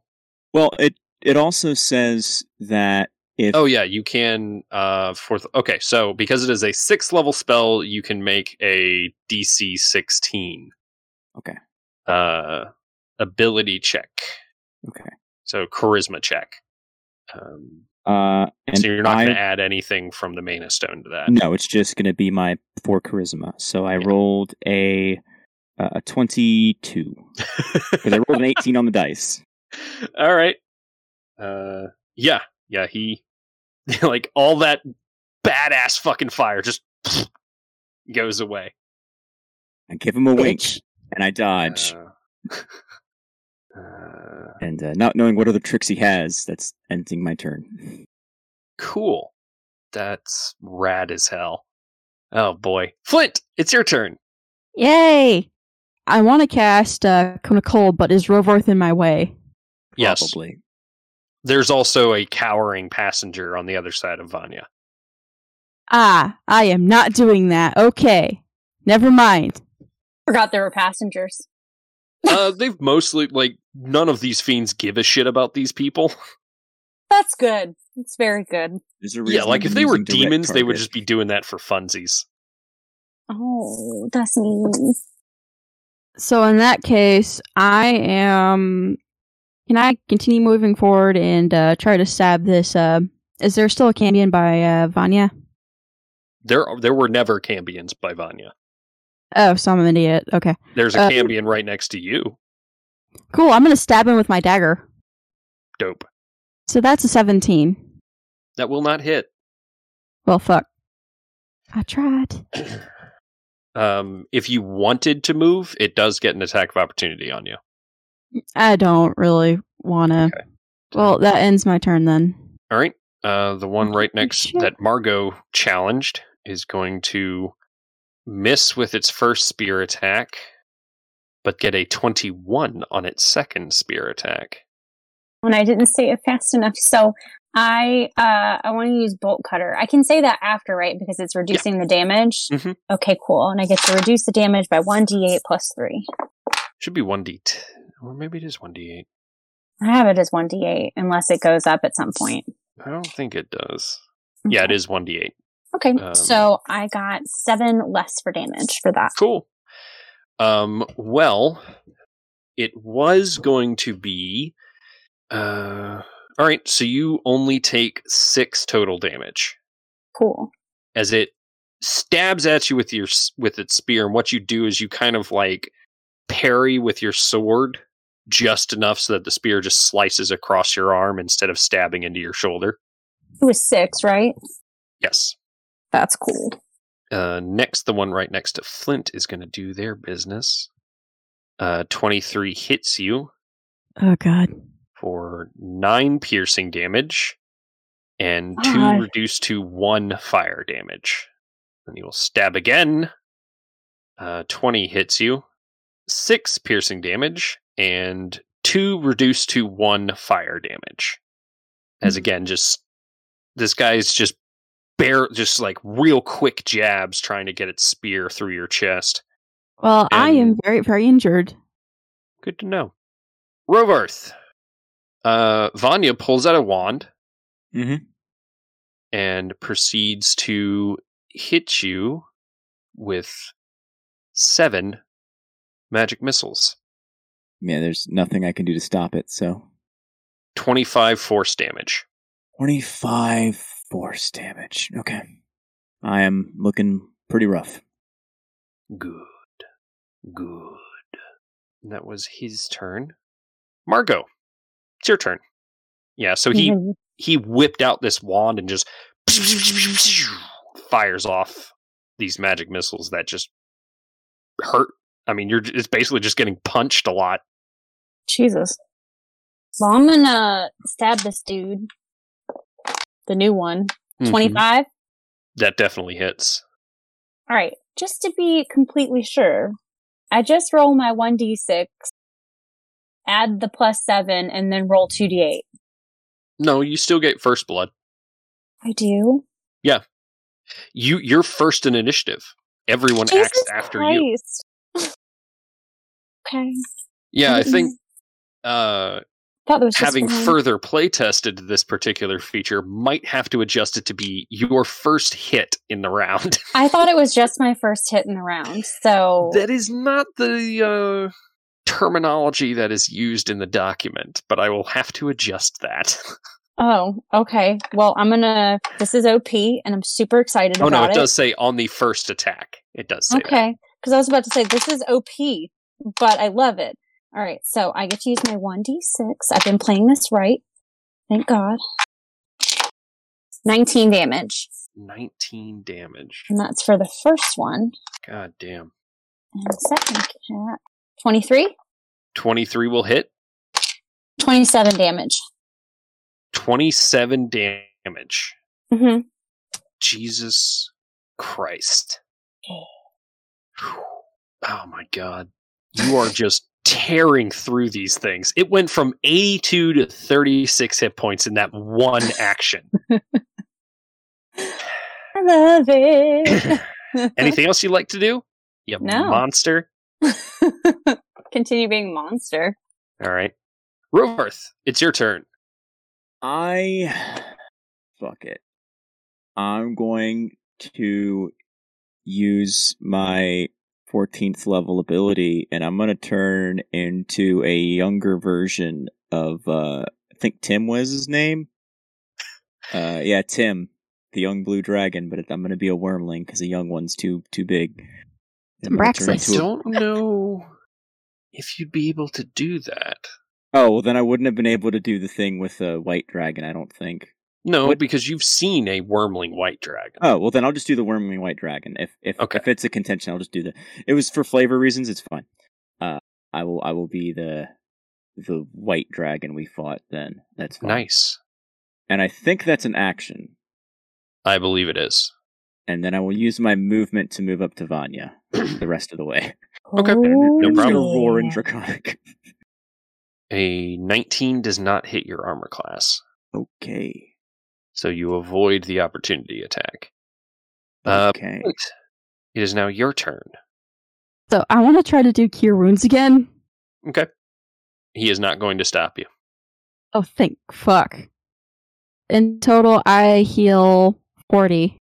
Well, it it also says that if
Oh yeah, you can uh fourth okay, so because it is a sixth level spell, you can make a DC sixteen.
Okay.
Uh ability check.
okay,
So charisma check. Um
uh, and
so you're not
I-
gonna add anything from the mana stone to that.
No, it's just going to be my four charisma. So I
Yeah.
rolled a uh, a twenty-two because I rolled an eighteen on the dice.
all right. Uh yeah, yeah, he like all that badass fucking fire just goes away.
I give him a wink
Bitch.
and I dodge.
Uh, uh,
and uh, not knowing what other tricks he has, that's ending my turn.
cool. That's rad as hell. Oh boy, Flint, it's your turn.
Yay! I want to cast uh, Cone of Cold, but is Rovarth in my way?
Yes,
Probably.
there's also a cowering passenger on the other side of Vanya.
Ah, I am not doing that. Okay. Never mind.
Forgot there were passengers.
Uh, they've mostly like none of these fiends give a shit about these people.
That's good. That's very good.
There's a
Yeah,
reason
like if
I'm
they were
using direct
demons, they would
target.
just be doing that for funsies.
Oh, that's mean.
So in that case, I am. Can I continue moving forward and uh, try to stab this? Uh, is there still a Candian by uh, Vanya?
There, there were never Cambians by Vanya.
Oh, so I'm an idiot. Okay.
There's a
Uh,
Cambion right next to you.
Cool. I'm going to stab him with my dagger.
Dope.
So that's a 17.
That will not hit.
Well, fuck. I tried.
Um, if you wanted to move, it does get an attack of opportunity on you.
I don't really want to.
Okay.
Well, that ends my turn then.
All right. Uh, the one right next
Shit.
that Margot challenged is going to miss with its first spear attack, but get a 21 on its second spear attack.
When I didn't say it fast enough, so I uh I want to use bolt cutter. I can say that after, right? Because it's reducing the damage.
Mhm.
Okay, cool. And I get to reduce the damage by one d8 plus three.
Should be 1d10, or maybe it is 1d8.
I have it as one d8 unless it goes up at some point.
I don't think it does. Yeah, it is 1d8.
Okay,
Um,
so I got seven less for damage for that.
Cool. Um, well, it was going to be. Uh, all right, so you only take six total damage
Cool.
as it stabs at you with your s- with its spear, and what you do is you kind of like parry with your sword just enough so that the spear just slices across your arm instead of stabbing into your shoulder.
It was six, right?
Yes.
That's cool.
Uh, next, the one right next to Flint is going to do their business. Uh, Twenty three hits you.
Oh, God.
for nine piercing damage and two
Ah.
reduced to one fire damage. Then you will stab again. Uh, 20 hits you, six piercing damage, and two reduced to one fire damage. As again, just this guy's just bare, just like real quick jabs trying to get its spear through your chest.
Well, I am
And-
very, very injured.
Good to know. Rovarth. Uh, Vanya pulls out a wand mm-hmm.
Mhm.
and proceeds to hit you with seven magic missiles.
Yeah, there's nothing I can do to stop it. So
25 force damage.
25 force damage. Okay. I am looking pretty rough.
Good. Good. That was his turn. Margot, it's your turn. Yeah, so he
Mhm.
he whipped out this wand and just fires off these magic missiles that just hurt. I mean, you're it's basically just getting punched a lot.
Jesus. Well, I'm gonna stab this dude. The new one.
Mm-hmm.
25?
That definitely hits.
All right. Just to be completely sure, I just roll my 1d6, add the plus 7, and then roll 2d8.
No, you still get first blood.
I do.
You you're first in initiative. Everyone acts
Jesus
after you.
Christ. okay.
Yeah, I
Mm-mm.
think uh
Thought there was just
having
one.
further play tested this particular feature might have to adjust it to be your first hit in the round.
I thought it was just my first hit in the round, so
That is not the uh, terminology that is used in the document, but I will have to adjust that.
Oh, okay. Well, I'm gonna. This is OP, and I'm super excited
oh no,
about
it does say on the first attack. It does say that.
Okay, because I was about to say this is OP, but I love it. All right, so I get to use my one d six. I've been playing this right, thank God. Nineteen damage.
19 damage.
And that's for the first one.
God damn.
And second cat. 23?
23 will hit.
27 damage.
27 damage.
Mm-hmm.
Jesus Christ. Whew. Oh my god. You are just tearing through these things. It went from 82 to 36 hit points in that one action.
I love it.
Anything else you'd like to do? You
No.
monster.
Continue being monster.
All right. Rovarth, it's your turn.
I fuck it. I'm going to use my 14th level ability and I'm going to turn into a younger version of uh I think Tim was his name. Uh yeah, Tim, the young blue dragon, but I'm going to be a wormling cuz a young one's too too big. I'm gonna turn
Braxis.
I
into a-
don't know if you'd be able to do that.
Oh, well, then I wouldn't have been able to do the thing with the white dragon, I don't think.
No,
What-
because you've seen a wormling white dragon.
Oh well, then I'll just do the wormling white dragon. If if
Okay.
if it's a contention, I'll just do the. It was for flavor reasons. It's fine. Uh, I will I will be the the white dragon we fought. Then that's fine.
nice.
And I think that's an action.
I believe it is.
And then I will use my movement to move up to Vanya the rest of the way.
Okay. No
I'm just gonna
problem.
roar in draconic.
A 19 does not hit your armor class,
Okay.
so you avoid the opportunity attack.
Mm-hmm.
Uh,
Okay.
It is now your turn.
So I want to try to do cure wounds again.
Okay. He is not going to stop you.
Oh, thank fuck. In total, I heal 40.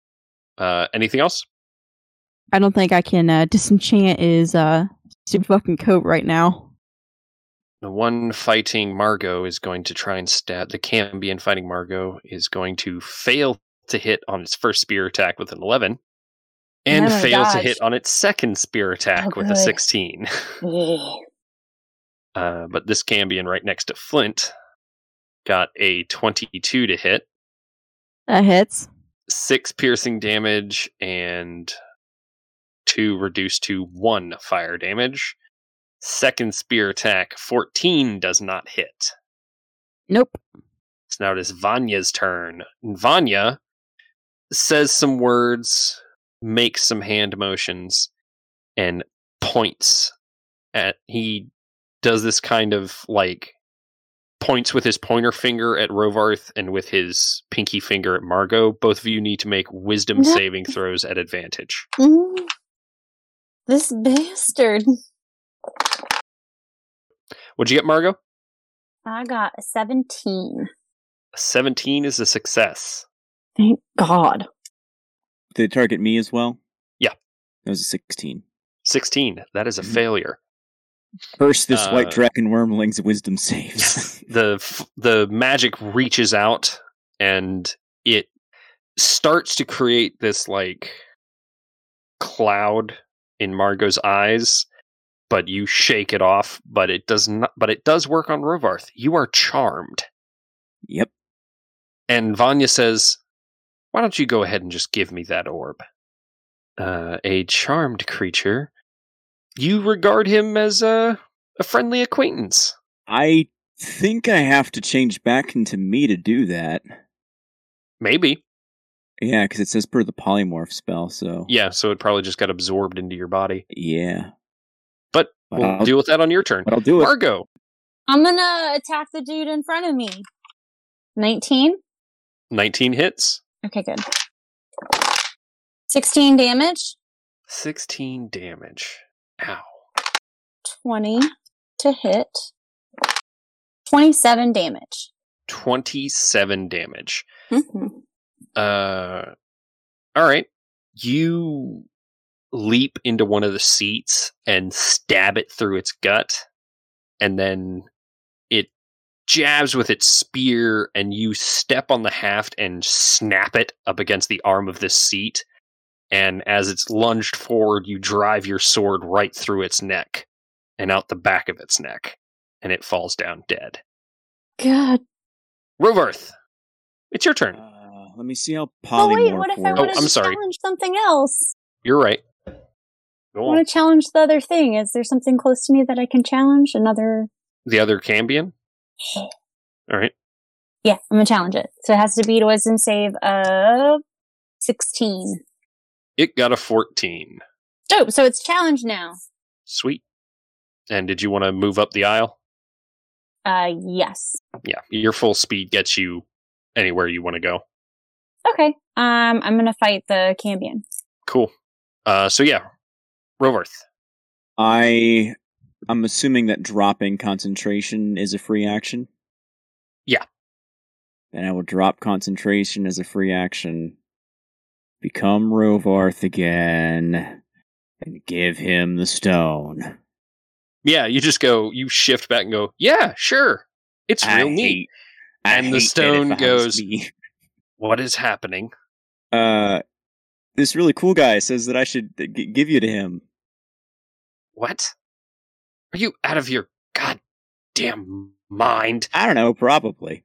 Uh, anything else?
I don't think I can uh, disenchant his uh, stupid fucking coat right now.
The one fighting Margot is going to try and stab. The Cambion fighting Margot is going to fail to hit on its first spear attack with an 11 and
I'm gonna
fail to
dodge.
hit on its second spear attack
Oh,
with a
good.
16.
Oh,
Uh, but this Cambion right next to Flint got a 22 to hit,
That hits.
six piercing damage, and two reduced to one fire damage. Second spear attack, 14 does not hit.
Nope.
So now it is Vanya's turn. And Vanya says some words, makes some hand motions, and points at he does this kind of like points with his pointer finger at Rovarth and with his pinky finger at Margot. Both of you need to make wisdom
No.
saving throws at advantage.
Mm. This bastard.
What'd you get, Margot?
I got a 17.
17 is a success.
Thank God.
Did it target me as well?
Yeah.
That was a sixteen.
16, that is a
Mhm.
failure.
First, this
Uh,
white dragon wormling's wisdom saves.
the f- the magic reaches out and it starts to create this like cloud in Margot's eyes but you shake it off but it does not but it does work on Rovarth you are charmed
yep.
and Vanya says why don't you go ahead and just give me that orb uh, a charmed creature you regard him as a a friendly acquaintance
I think I have to change back into me to do that.
maybe
Yeah, because it says per the polymorph spell, so.
yeah so it probably just got absorbed into your body
Yeah.
But
But
we'll
I'll-
deal with that on your turn.
But I'll do it.
Margo,
I'm going to attack the dude in front of me. 19?
19 hits,
Okay, good. 16 damage,
16 damage. Ow.
20 to hit, 27 damage.
27 damage.
Mhm.
Uh All right. You leap into one of the seats and stab it through its gut and then it jabs with its spear and you step on the haft and snap it up against the arm of this seat and as it's lunged forward you drive your sword right through its neck and out the back of its neck and it falls down dead.
God.
Rovarth, it's your turn.
Uh, Let me see how
Oh
polymorph
wait, what if I
Oh,
want
I'm
to
sorry.
challenge something else?
You're right.
I
Go on.
want to challenge the other thing. Is there something close to me that I can challenge? Another?
The other Cambion? All right.
Yeah, I'm gonna challenge it. So it has to beat a wisdom save of sixteen.
It got a 14.
Dope. So it's challenged now.
Sweet. And did you want to move up the aisle?
Uh, yes.
Yeah. Your full speed gets you anywhere you want to go.
Okay. Um, I'm gonna fight the Cambion.
Cool. Uh, so yeah, Rovarth.
I I'm assuming that dropping concentration is a free action.
Yeah.
Then I will drop concentration as a free action. Become Rovarth again and give him the stone.
Yeah, you just go. You shift back and go. Yeah, sure. It's
I
real neat.
hate- I
And the
hate that if
stone
I was
goes-
me.
What is happening?
Uh, this really cool guy says that I should uh, g- give you to him.
What? Are you out of your goddamn mind?
I don't know, probably.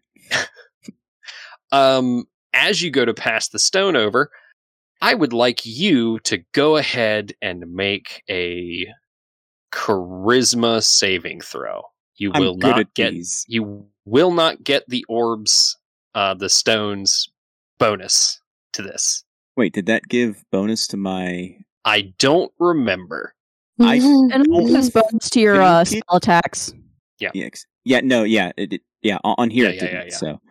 Um, as you go to pass the stone over, I would like you to go ahead and make a charisma saving throw. You
I'm
will
good
not
at
get
these.
you will not get the orbs, uh, the stones bonus to this.
Wait, did that give bonus to my?
I don't remember.
I-
And
Oh.
it gives bonus to your uh,
Thank you.
spell attacks.
Yeah, ex- E yeah, no, yeah, it, it- yeah. On on here,
Yeah,
it
yeah, yeah,
didn't.
yeah.
So,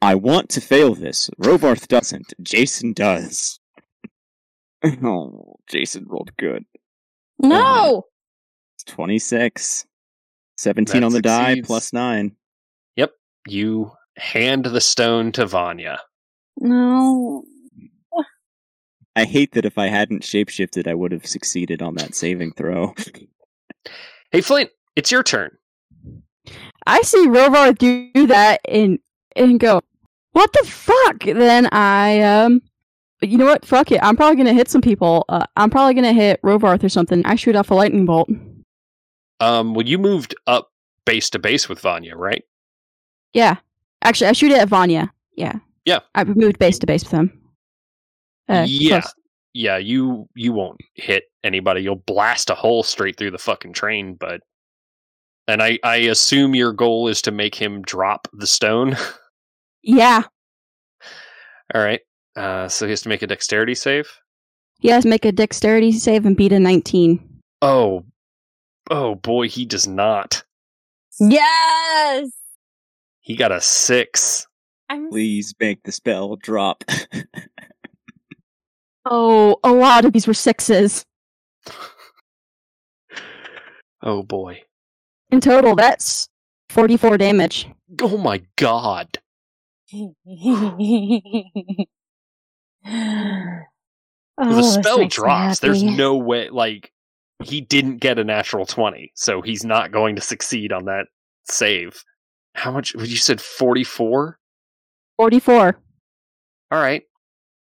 I want to fail this. Rovarth doesn't. Jason does. oh, Jason rolled good.
No.
It's Twenty six. Seventeen
That
on the die
succeeds.
plus nine.
You hand the stone to Vanya.
No.
I hate that if I hadn't shapeshifted, I would have succeeded on that saving throw.
Hey Flint, it's your turn.
I see Rovar do that and and go, what the fuck? Then I um, you know what? Fuck it. I'm probably gonna hit some people. Uh, I'm probably gonna hit Rovarth or something. I shoot off a lightning bolt.
Um, well, you moved up base to base with Vanya, right?
Yeah, actually, I shoot it at Vanya. Yeah.
Yeah.
I moved base to base with him. Uh,
Yeah.
close.
Yeah, you you won't hit anybody. You'll blast a hole straight through the fucking train, but and I I assume your goal is to make him drop the stone.
Yeah.
All right. Uh, so he has to make a dexterity save.
He has to make a dexterity save and beat a 19.
Oh, oh boy, he does not.
Yes.
He got a six.
I'm.
Please make the spell drop.
Oh, a lot of these were sixes.
Oh boy.
In total, that's 44 damage.
Oh my god.
Oh,
the
this
spell
makes me
drops. There's
happy.
no way. Like he didn't get a natural twenty, so he's not going to succeed on that save. How much? You said forty-four.
44.
All right.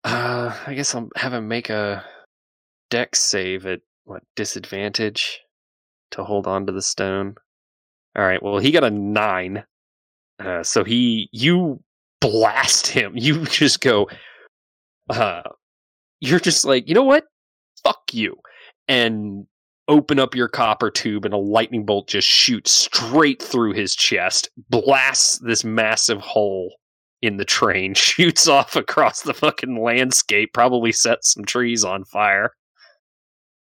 Uh, I guess I'll have him make a deck save at what disadvantage to hold on to the stone. All right. Well, he got a nine. Uh, so he you blast him. You just go. Uh, you're just like you know what? Fuck you, and open up your copper tube, and a lightning bolt just shoots straight through his chest, blasts this massive hole in the train shoots off across the fucking landscape, probably sets some trees on fire.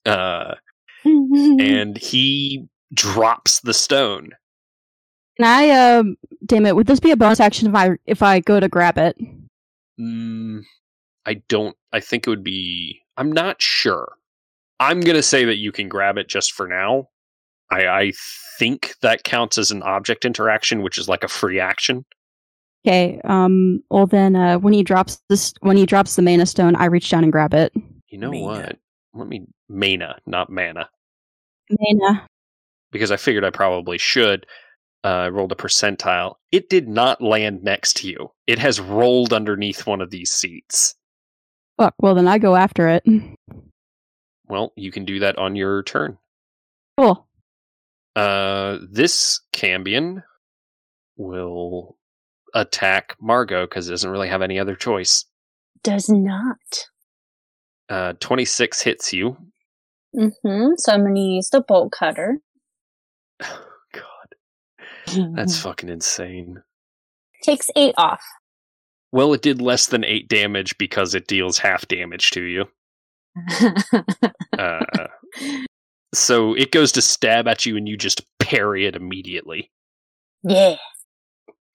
Uh, and he drops the stone.
Can I, um, damn it, would this be a bonus action if I if I go to grab it?
Mm, I don't, I think it would be, I'm not sure. I'm going to say that you can grab it just for now. I, I think that counts as an object interaction, which is like a free action.
Okay, um, well then, uh, when he drops this, when he drops the mana stone, I reach down and grab it.
You know
Mana.
what? Let me, mana, not mana.
Mana.
because I figured I probably should. Uh, I rolled a percentile. It did not land next to you. It has rolled underneath one of these seats.
Fuck, well then I go after it.
Well, you can do that on your turn.
Cool.
Uh, this Cambion will attack Margot because it doesn't really have any other choice.
Does not.
Uh, 26 hits you.
Mm-hmm. So I'm gonna use the bolt cutter.
God,
Mm.
that's fucking insane.
Takes eight off.
Well, it did less than eight damage because it deals half damage to you. Uh, so it goes to stab at you and you just parry it immediately.
yeah.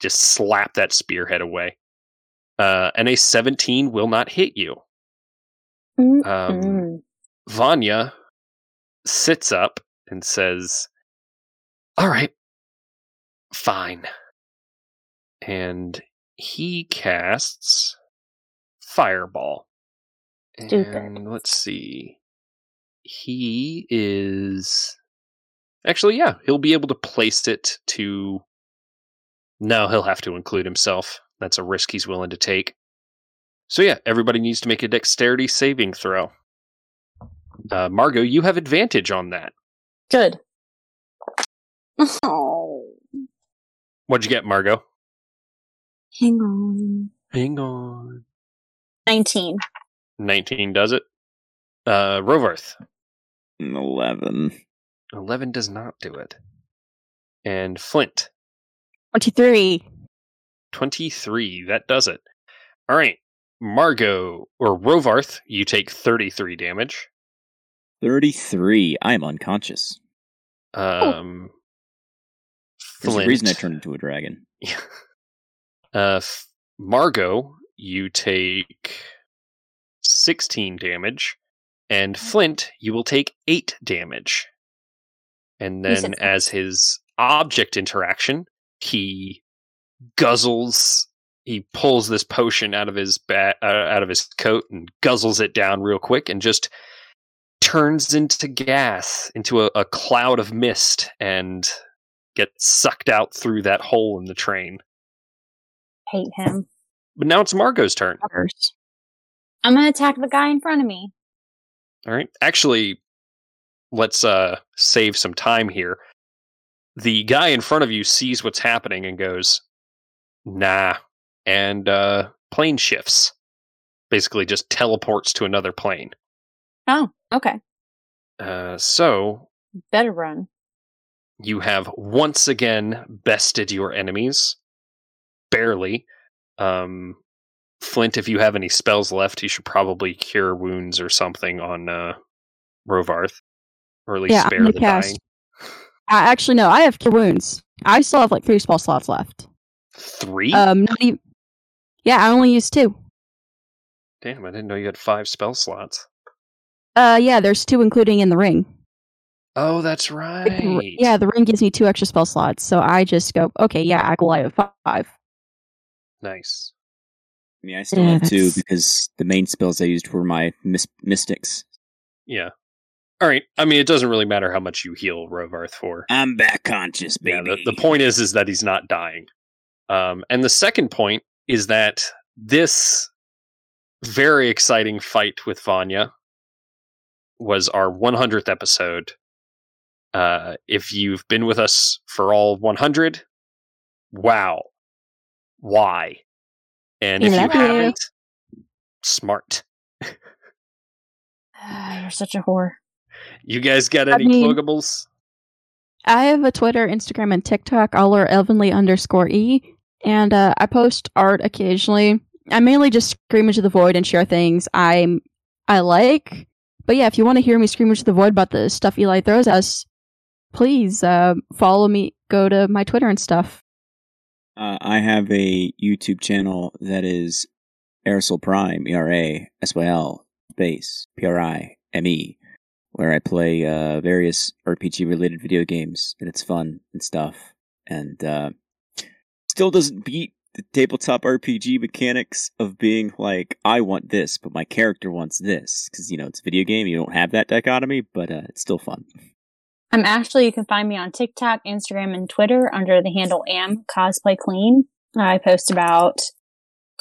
Just slap that spearhead away. Uh, and a 17 will not hit you.
Mm,
Um,
mm.
Vanya sits up and says, All right, fine. And he casts Fireball.
Stupid.
And let's see. He is. Actually, yeah, he'll be able to place it to. No, he'll have to include himself. That's a risk he's willing to take. So, yeah, everybody needs to make a dexterity saving throw. Uh, Margot, you have advantage on that.
Good.
Oh,
What'd you get, Margot?
hang on.
Hang on.
Nineteen.
19 does it. Uh, Rovarth,
An Eleven.
11 does not do it. And Flint,
23.
23, that does it. All right. Margot, or Rovarth, you take 33 damage.
Thirty-three. I am unconscious.
Um,
Oh. There's
Flint.
a reason I turned into a dragon.
uh, F- Margot, you take 16 damage, and
Mm-hmm.
Flint, you will take 8 damage. And
You said
then,
Flint.
as his object interaction, he guzzles. He pulls this potion out of his ba- uh, out of his coat and guzzles it down real quick, and just turns into gas, into a, a cloud of mist, and gets sucked out through that hole in the train.
Hate him.
But now it's Margot's turn.
Others.
I'm gonna attack the guy in front of me.
All right. Actually, let's uh save some time here. The guy in front of you sees what's happening and goes, "Nah." And uh plane shifts. Basically just teleports to another plane.
Oh, okay.
Uh so
Better run.
you have once again bested your enemies barely um flint if you have any spells left you should probably cure wounds or something on uh rovarth or at least
Yeah, I'm
spare
gonna
the
cast-
dying
I, actually, no, I have cure wounds. I still have like three spell slots left.
three
Um, not even. Yeah, I only used two.
damn i didn't know you had five spell slots
Uh, yeah, there's two including in the ring.
oh that's right
Yeah, the ring gives me two extra spell slots, so I just go, okay, yeah, I will I have five.
nice
I mean, I still
Yeah,
have two
that's-
because the main spells I used were my mis- mystics.
yeah all right i mean it doesn't really matter how much you heal rovarth for
I'm back conscious, baby.
Yeah, the, the point is is that he's not dying. Um, and the second point is that this very exciting fight with Vanya was our 100th episode. Uh, if you've been with us for all 100, wow, why? And if
We
you
love you.
haven't, smart.
Ah, you're such a whore.
You guys got
I
any
mean-
plugables?
I have a Twitter, Instagram, and TikTok, all are elvenly underscore e, and uh, I post art occasionally. I mainly just scream into the void and share things I'm I like. But yeah, if you want to hear me scream into the void about the stuff Eli throws at us, please uh, follow me. Go to my Twitter and stuff.
Uh, I have a YouTube channel that is Aerosol Prime, E R A S Y L, space, P R I M E, where I play uh, various RPG related video games, and it's fun and stuff. And uh, still doesn't beat the tabletop RPG mechanics of being like, I want this, but my character wants this. Because, you know, it's a video game, you don't have that dichotomy, but uh, it's still fun.
I'm Ashley. You can find me on TikTok, Instagram, and Twitter under the handle am cosplay clean. I post about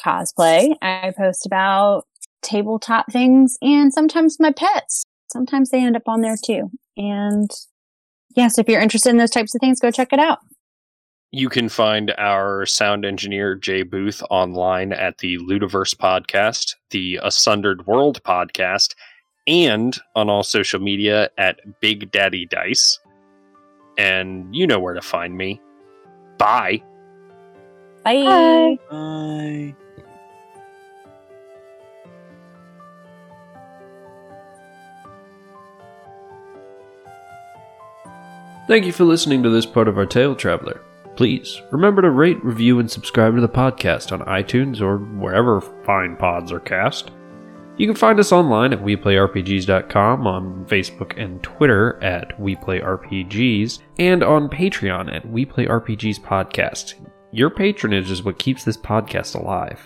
cosplay. I post about tabletop things and sometimes my pets. Sometimes they end up on there too. And yes, if you're interested in those types of things, go check it out.
You can find our sound engineer, Jay Booth, online at the Ludiverse Podcast, the Asundered World Podcast, and on all social media at Big Daddy Dice. And you know where to find me. Bye.
Bye.
Bye.
Thank you for listening to this part of our tale, Traveler. Please remember to rate, review, and subscribe to the podcast on iTunes or wherever fine pods are cast. You can find us online at weplayrpgs.com, on Facebook and Twitter at weplayrpgs, and on Patreon at weplayrpgs podcast. Your patronage is what keeps this podcast alive.